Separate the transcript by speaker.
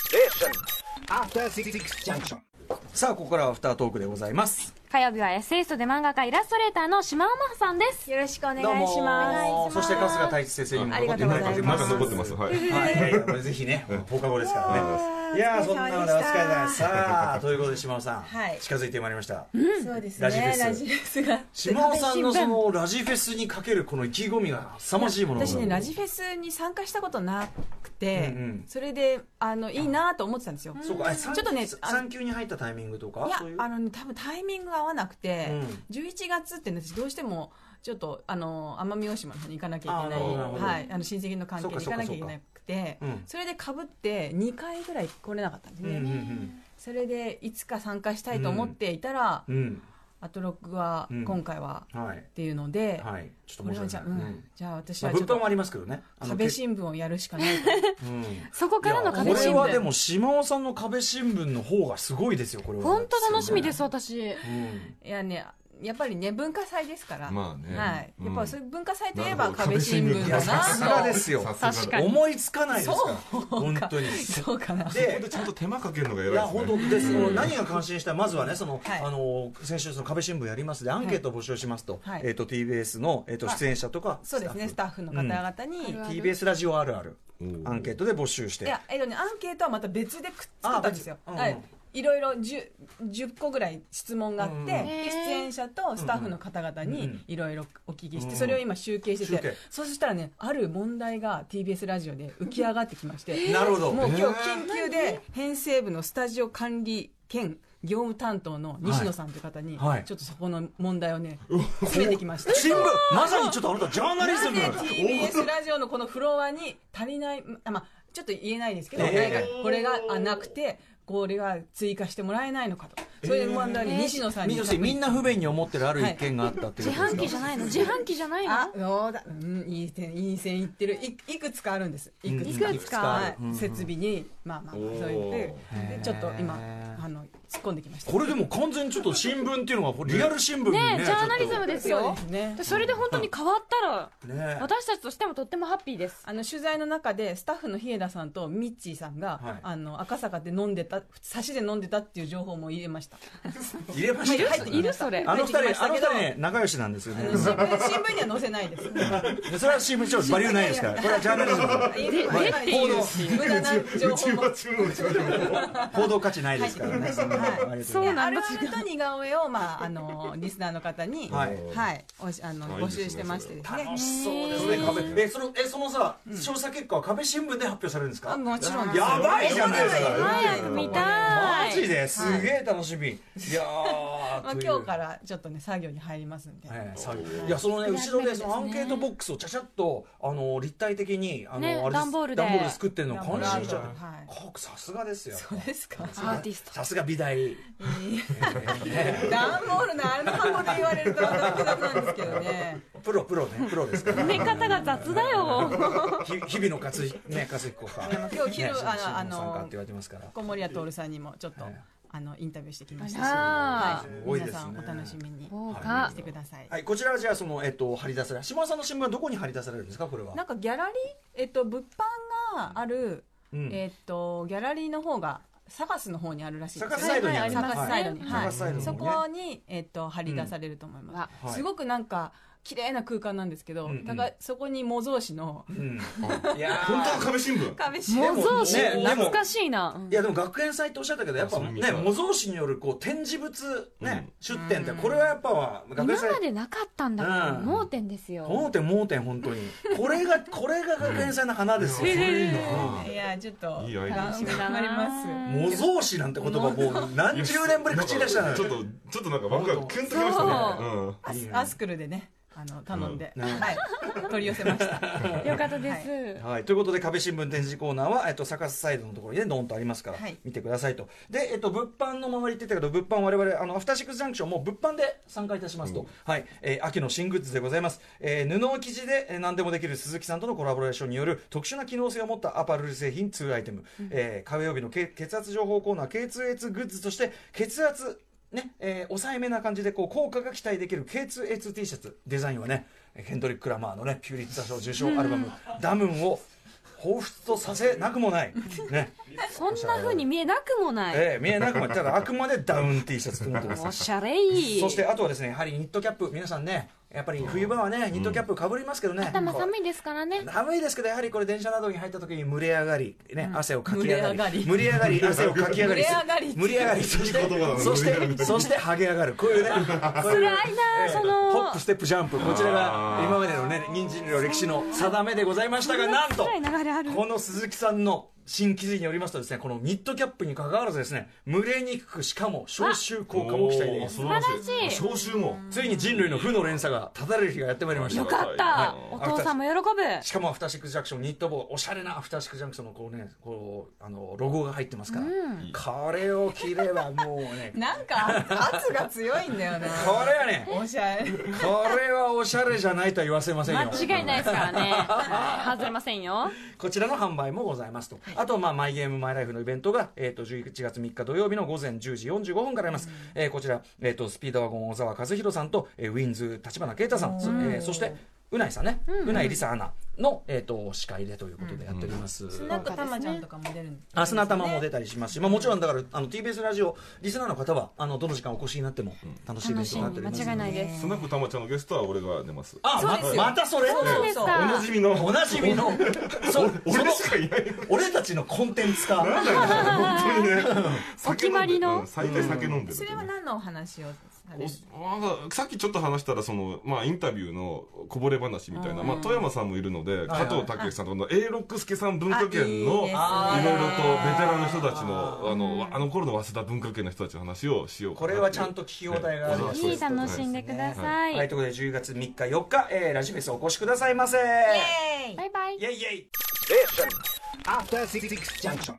Speaker 1: Station.
Speaker 2: After Six Junction. さあ、ここからはアフタートークでございます。
Speaker 3: 火曜日はエッセイストで漫画家イラストレーターの島尾真帆さんです
Speaker 4: よろしくお願い
Speaker 2: どうも
Speaker 4: します。
Speaker 2: そして春日太一先生にも残っていただいており
Speaker 5: ま
Speaker 2: ます。
Speaker 5: だ残ってます。は
Speaker 2: は
Speaker 5: い。
Speaker 2: い、いやいやこれぜひね、放課後ですからね。いやー、そんなのでお疲れ様です。さあ、ということで島尾さん、
Speaker 4: はい
Speaker 2: 近づいてまいりました。
Speaker 4: そうです
Speaker 2: ラジフェ
Speaker 4: ね
Speaker 2: ス。
Speaker 4: ラジフェスが。
Speaker 2: 島尾さ んのそのラジフェスにかけるこの意気込みが凄まじいものが
Speaker 6: 私ねラジフェスに参加したことなくて、
Speaker 2: うんうん
Speaker 6: それであのいいなと思ってたんですよ、い
Speaker 2: そうか、ち
Speaker 6: ょっとねあの
Speaker 2: 産休に入ったタイミングとか、
Speaker 6: や
Speaker 2: そういう。
Speaker 6: あのね多分タイミングが合わなくて、
Speaker 2: う
Speaker 6: 11月ってね私どうしてもちょっとあの奄美大島の方に行かなきゃいけ
Speaker 2: あ
Speaker 6: な
Speaker 2: ー
Speaker 6: い
Speaker 2: なるほど
Speaker 6: はい、あの親戚の関係で行かなきゃいけなくて
Speaker 2: そうかそうかそうかうん
Speaker 6: それでかぶって2回ぐらい来れなかったんです
Speaker 2: うん
Speaker 6: ね、
Speaker 2: うん
Speaker 6: それでいつか参加したいと思っていたら、
Speaker 2: うん。
Speaker 6: アトロックは
Speaker 2: うん
Speaker 6: 今回は
Speaker 2: うん。はい
Speaker 6: っ。ていうので、
Speaker 2: はい。ちょっと
Speaker 6: これは
Speaker 2: 面
Speaker 6: じ
Speaker 2: 白い
Speaker 6: ゃあ、
Speaker 2: な。
Speaker 6: う
Speaker 2: うんん
Speaker 6: じゃあ私
Speaker 2: まあ
Speaker 6: はちょ
Speaker 2: 物
Speaker 6: っと
Speaker 2: 販もありますけどね。あの
Speaker 6: 壁新聞をやるしかないと
Speaker 2: うん
Speaker 3: そこからの
Speaker 2: い
Speaker 3: 壁
Speaker 2: やこれ
Speaker 3: 新
Speaker 2: はで
Speaker 3: 聞
Speaker 2: も島尾さんの壁新聞の方がすごいですよ、これは。
Speaker 3: 本当楽しみです私
Speaker 2: うん。
Speaker 6: いやね、やっぱりね、文化祭ですから。
Speaker 5: まあね。
Speaker 6: はい。やっぱそう
Speaker 5: れ
Speaker 6: いう文化祭といえば壁新聞
Speaker 2: いや
Speaker 6: だ
Speaker 2: さす
Speaker 6: な
Speaker 2: がですよ
Speaker 3: 確かに
Speaker 2: 思いつかないですから。
Speaker 6: う
Speaker 2: 本
Speaker 6: か
Speaker 2: 当に。
Speaker 6: と。そうかな。
Speaker 5: ここ
Speaker 2: で
Speaker 5: で、ちゃんと手間かけるのが偉
Speaker 2: い
Speaker 5: いで
Speaker 2: や
Speaker 5: すね。
Speaker 2: 本当でその
Speaker 5: うん
Speaker 2: 何が関心したまずはねその、
Speaker 6: はい
Speaker 2: あの先週その壁新聞やりますでアンケートを募集しますと、
Speaker 6: はい
Speaker 2: えっ、と TBS のえっ、と
Speaker 6: あ
Speaker 2: 出演者とか
Speaker 6: そうですね、ス
Speaker 2: スタ
Speaker 6: タッフの方々に。
Speaker 2: ッフ TBS ラジオあるある
Speaker 5: うん
Speaker 2: アンケートで募集し
Speaker 6: い
Speaker 2: て
Speaker 6: や、えっとね、アンケートはまた別でくっつけたんですよ。
Speaker 2: あ別うん
Speaker 6: はい。いろいろ 10, 10個ぐらい質問があって、
Speaker 2: うん
Speaker 6: で
Speaker 3: へー
Speaker 6: 出演者とスタッフの方々
Speaker 2: うん
Speaker 6: にいろいろお聞きして、
Speaker 2: うん
Speaker 6: それを今集計して
Speaker 2: 集計
Speaker 6: て、そうしたらね、ある問題が TBS ラジオで浮き上がってきまし て、
Speaker 2: なるほど
Speaker 6: もう今日
Speaker 5: えー
Speaker 6: 緊急で編成部のスタジオ管理兼業務担当の西野さんという方に、
Speaker 2: はいはい
Speaker 6: ちょっとそこの問題をね、詰めてきました。
Speaker 2: 新聞まさにちょっとあなたジャーナリズ
Speaker 6: な
Speaker 2: ム
Speaker 6: ぜ TBS ラジオのこのフロアに足りない、あまあ、ちょっと言えないですけど、
Speaker 2: ええ
Speaker 6: なんかこれがあなくて、これは追加してもらえないのかと。それで問題に西野さんに。
Speaker 2: 要するにみんな不便に思ってるある意見があったっていう
Speaker 3: 自
Speaker 2: ことです
Speaker 3: 販
Speaker 2: か、
Speaker 3: 機じゃないの自販機じゃないの
Speaker 6: あ、そうだ。うん、いい線、いい線いってる。いいくつかあるんです。いくつか。
Speaker 3: いくつか
Speaker 6: は
Speaker 2: ある
Speaker 6: い。設備に、まあまあ、そういうので
Speaker 2: おー
Speaker 6: で、ちょっと今
Speaker 2: へ、ー
Speaker 6: あの、突っ込んできました。
Speaker 2: これでも完全にちょっと新聞っていうのはリアル新聞にね
Speaker 3: ねえジャーナリズム
Speaker 2: で
Speaker 3: です
Speaker 6: そう
Speaker 3: よ
Speaker 6: ですね
Speaker 3: で。それで本当に変わったら
Speaker 2: ね
Speaker 3: 私たちとしてもとってもハッピーです
Speaker 6: あの取材の中でスタッフの日枝さんとミッチーさんが、
Speaker 2: はい
Speaker 6: あの赤坂で飲んでた差しで飲んでたっていう情報も入れました
Speaker 2: 入れまし
Speaker 3: い
Speaker 2: た
Speaker 3: るいるそれ
Speaker 2: あの二人
Speaker 6: 入ってき
Speaker 2: あ
Speaker 6: ました
Speaker 2: の二
Speaker 6: けど
Speaker 2: 人ね仲良しなんですよね
Speaker 6: 新聞新聞には載せないです
Speaker 2: でそれは新聞ちょっとバリューないですからこれはジャーナリズム
Speaker 6: 入れ
Speaker 2: はい
Speaker 6: 入れていいです無駄な情報も
Speaker 2: 報道価値ないですからね。、
Speaker 6: はい
Speaker 3: そう
Speaker 6: あ
Speaker 3: なん
Speaker 6: る
Speaker 3: だ
Speaker 6: あると似顔絵を、まあ、あのリスナーの方に、
Speaker 2: は
Speaker 6: はいいおしあの
Speaker 5: あいい
Speaker 6: 募集
Speaker 5: ですね
Speaker 6: してましてですね
Speaker 2: 楽しそうですね。壁えそのえそのさ調査結果は壁新聞で発表されるんですか？
Speaker 6: あもちろんです
Speaker 2: やばいじゃないですか。
Speaker 3: 早く見た
Speaker 2: マジ
Speaker 3: い
Speaker 2: ですげえ楽しみ。いやー。
Speaker 6: まあ、
Speaker 2: という
Speaker 6: 今日からちょっとね作業に入りますんで、
Speaker 2: ええ作業いやそのね後ろでそのアンケートボックスをちゃちゃっとあの立体的にあの
Speaker 3: ね
Speaker 2: あれ
Speaker 3: 段ボールで
Speaker 2: 段ボール作ってるの感心しちゃっ
Speaker 6: は
Speaker 2: てかさすがですよ。
Speaker 6: い、ですか
Speaker 3: アーティスト
Speaker 2: さすが美大。
Speaker 6: ダンボールのあの箱で言われると複雑なんですけどね
Speaker 2: プロプロ ねプロですから。
Speaker 3: 埋め方が雑だよ
Speaker 2: ひ日々の勝彦ね勝彦さん。
Speaker 6: 今日昼
Speaker 2: ね
Speaker 6: あの
Speaker 2: 新聞さんか
Speaker 6: あ
Speaker 2: って
Speaker 6: の
Speaker 2: 言われてますから。
Speaker 6: 小森屋徹さんにもちょっと、
Speaker 2: ええ
Speaker 6: あのインタビューしてきましたし、
Speaker 3: あら
Speaker 6: はい
Speaker 2: すごいで
Speaker 6: 皆
Speaker 2: すね
Speaker 6: さんお楽しみに
Speaker 3: 豪華
Speaker 6: してください、
Speaker 2: はい、こちらはじゃあその、えっと、張り出され島田さんの新聞はどこに張り出されるんですかこれは
Speaker 6: なんかギャラリーえっと物販がある、
Speaker 2: うん
Speaker 6: えっとギャラリーの方がサガスの方にあるらしいです
Speaker 2: サガスサイドにある
Speaker 6: サガスサイドに、
Speaker 3: はい
Speaker 6: はい
Speaker 2: サガスサイドの方
Speaker 6: そ
Speaker 2: ね
Speaker 6: こに、えっと張り出されると思います、
Speaker 2: うんはい
Speaker 6: すごくなんか綺麗な空間なんですけど、
Speaker 2: うんうん
Speaker 6: だからそこに模造紙の
Speaker 2: うん、いやー
Speaker 5: 本当の壁新聞。
Speaker 6: 壁紙
Speaker 3: 模造
Speaker 2: ねで
Speaker 3: 紙
Speaker 2: も
Speaker 3: 懐かしいない
Speaker 2: やでも学園祭っておっしゃったけどやっぱ
Speaker 5: あそういう意味
Speaker 2: ね
Speaker 5: か
Speaker 2: 模造紙によるこう展示物ね、
Speaker 5: うん
Speaker 2: 出展ってこれはやっぱは学園
Speaker 3: 今ま
Speaker 2: 祭
Speaker 3: でなかったんだから
Speaker 2: うん
Speaker 3: 盲点ですよ
Speaker 2: 盲点盲点本当にこれがこれが学園祭の花ですよ、
Speaker 6: いやちょっと
Speaker 5: いいアイデア
Speaker 6: 楽しみ
Speaker 3: ですね
Speaker 6: 頑張ります
Speaker 2: 模造紙なんて言葉もう何十年ぶり口に出したのよ
Speaker 5: ちょっとちょっとなんかワクワクキュンときましたね。うん。
Speaker 6: ア
Speaker 2: いい
Speaker 6: ス
Speaker 2: ね
Speaker 6: アスクルでねあの頼んで、
Speaker 2: うん
Speaker 6: はい取り寄せました
Speaker 3: よかったです
Speaker 2: はい、ということで壁新聞展示コーナーは、えっと、逆さサイドのところにねドーンとありますから、
Speaker 6: はい
Speaker 2: 見てくださいとで、えっと、物販の周りって言ったけど物販我々あのアフターシックスジャンクションも物販で参加いたしますと、はいえー秋の新グッズでございます、えー布を生地でえー何でもできる鈴木さんとのコラボレーションによる特殊な機能性を持ったアパレル製品2アイテム、えー火曜日のけ血圧情報コーナー K2H グッズとして血圧ねえー抑えめな感じでこう効果が期待できる K2H T シャツデザインはねえーヘンドリック・ラマーのねピューリッツァ賞受賞アルバム「ダムン」を彷彿とさせなくも ない、ね
Speaker 3: そんな風に見えなくもない。
Speaker 2: えー見えなくもただあくまでダウン T シャツとなってます
Speaker 3: おしゃれい。
Speaker 2: そしてあとはですねやはりニットキャップ皆さんねやっぱり冬場はねニットキャップかぶりますけどね、
Speaker 3: 頭寒いですからね。
Speaker 2: 寒いですけどやはりこれ電車などに入った時に群れ上がり、ね、汗をかき上がり
Speaker 6: 群
Speaker 2: 群れ上がり汗をかき上がり
Speaker 6: 群
Speaker 2: 群れ上
Speaker 6: れ上が
Speaker 2: が
Speaker 6: り
Speaker 2: りそし
Speaker 5: いい言葉だ
Speaker 2: て
Speaker 5: ね
Speaker 2: そし
Speaker 5: 群れ上が
Speaker 2: て
Speaker 5: り
Speaker 2: そしてハゲ上がるこういうねこういう
Speaker 3: 辛いなその
Speaker 2: ホップステップジャンプこちらが今までのね人参の歴史の定めでございましたがなんと
Speaker 3: 辛い流れある。
Speaker 2: この鈴木さんの新記事によりますとですねこのニットキャップに関わらずですね蒸れにくくしかも消臭効果も期待できます
Speaker 5: おー
Speaker 3: 素晴らしい
Speaker 5: 消臭も
Speaker 2: ついに人類の負の連鎖が断たれる日がやってまいりました
Speaker 3: よかった。お父さんも喜ぶ。
Speaker 2: しかもアフターシックスジャンクションニット帽おしゃれなアフターシックスジャンクションのこうねこうあのロゴが入ってますから、
Speaker 3: うん
Speaker 2: これを着ればもうね
Speaker 6: なんか圧が強いんだよな
Speaker 2: これはね
Speaker 6: おしゃれ
Speaker 2: これはおしゃれじゃないとは言わせませんよ
Speaker 3: 間違いないですからね。はい外れませんよ。
Speaker 2: こちらの販売もございますと、あと、まあ、マイゲームマイライフのイベントが、えー、と11月3日土曜日の午前10時45分からあります、えーこちら、えー、とスピードワゴン小沢和弘さんと、えーウィンズ立花啓太さん、そえーそしてうないさんね、うないりさアナの、えー、と司会でということでやっております、
Speaker 6: なんかたまちゃんとかも出るんですね
Speaker 2: 明日の頭も出たりしますし、まあ、もちろんだからあの TBS ラジオリスナーの方はあのどの時間お越しになっても楽しいイベントになっておりますので
Speaker 3: 楽しみ間違いないです
Speaker 5: スナックたまちゃんのゲストは俺が出ます
Speaker 2: あ
Speaker 6: そうですよ
Speaker 2: ままたそれ
Speaker 3: そうなんです
Speaker 5: お
Speaker 3: か
Speaker 5: な。じみの
Speaker 2: おなじみのそそ
Speaker 5: 俺
Speaker 2: の
Speaker 5: しかいない
Speaker 2: 俺たちのコンテンツ化
Speaker 5: なんだよ本当にね
Speaker 3: お決まりの
Speaker 5: 酒飲んでうん最低酒飲んでる
Speaker 6: それは何のお話をされる
Speaker 5: おなんかさっきちょっと話したらその、まあ、インタビューのこぼれ話みたいな、まあ、富山さんもいる
Speaker 2: は
Speaker 5: ので、
Speaker 2: い
Speaker 5: 加藤武さんとかの永六輔さん文化圏
Speaker 6: あいいで
Speaker 5: の
Speaker 6: すね
Speaker 5: いろいろとベテランの人たちのあのわあの頃の早稲田文化圏の人たちの話をしようか
Speaker 2: こ
Speaker 5: なって
Speaker 2: れはちゃんと聞き応えがある
Speaker 5: は
Speaker 3: ぜひ楽しんでくださ
Speaker 2: はい、
Speaker 3: い。
Speaker 2: ということで10月3日4日、えーラジフェスお越しくださいませイ
Speaker 6: イエーイ
Speaker 3: バイバイ
Speaker 2: イ。ェイイェイ
Speaker 1: After Six Junction.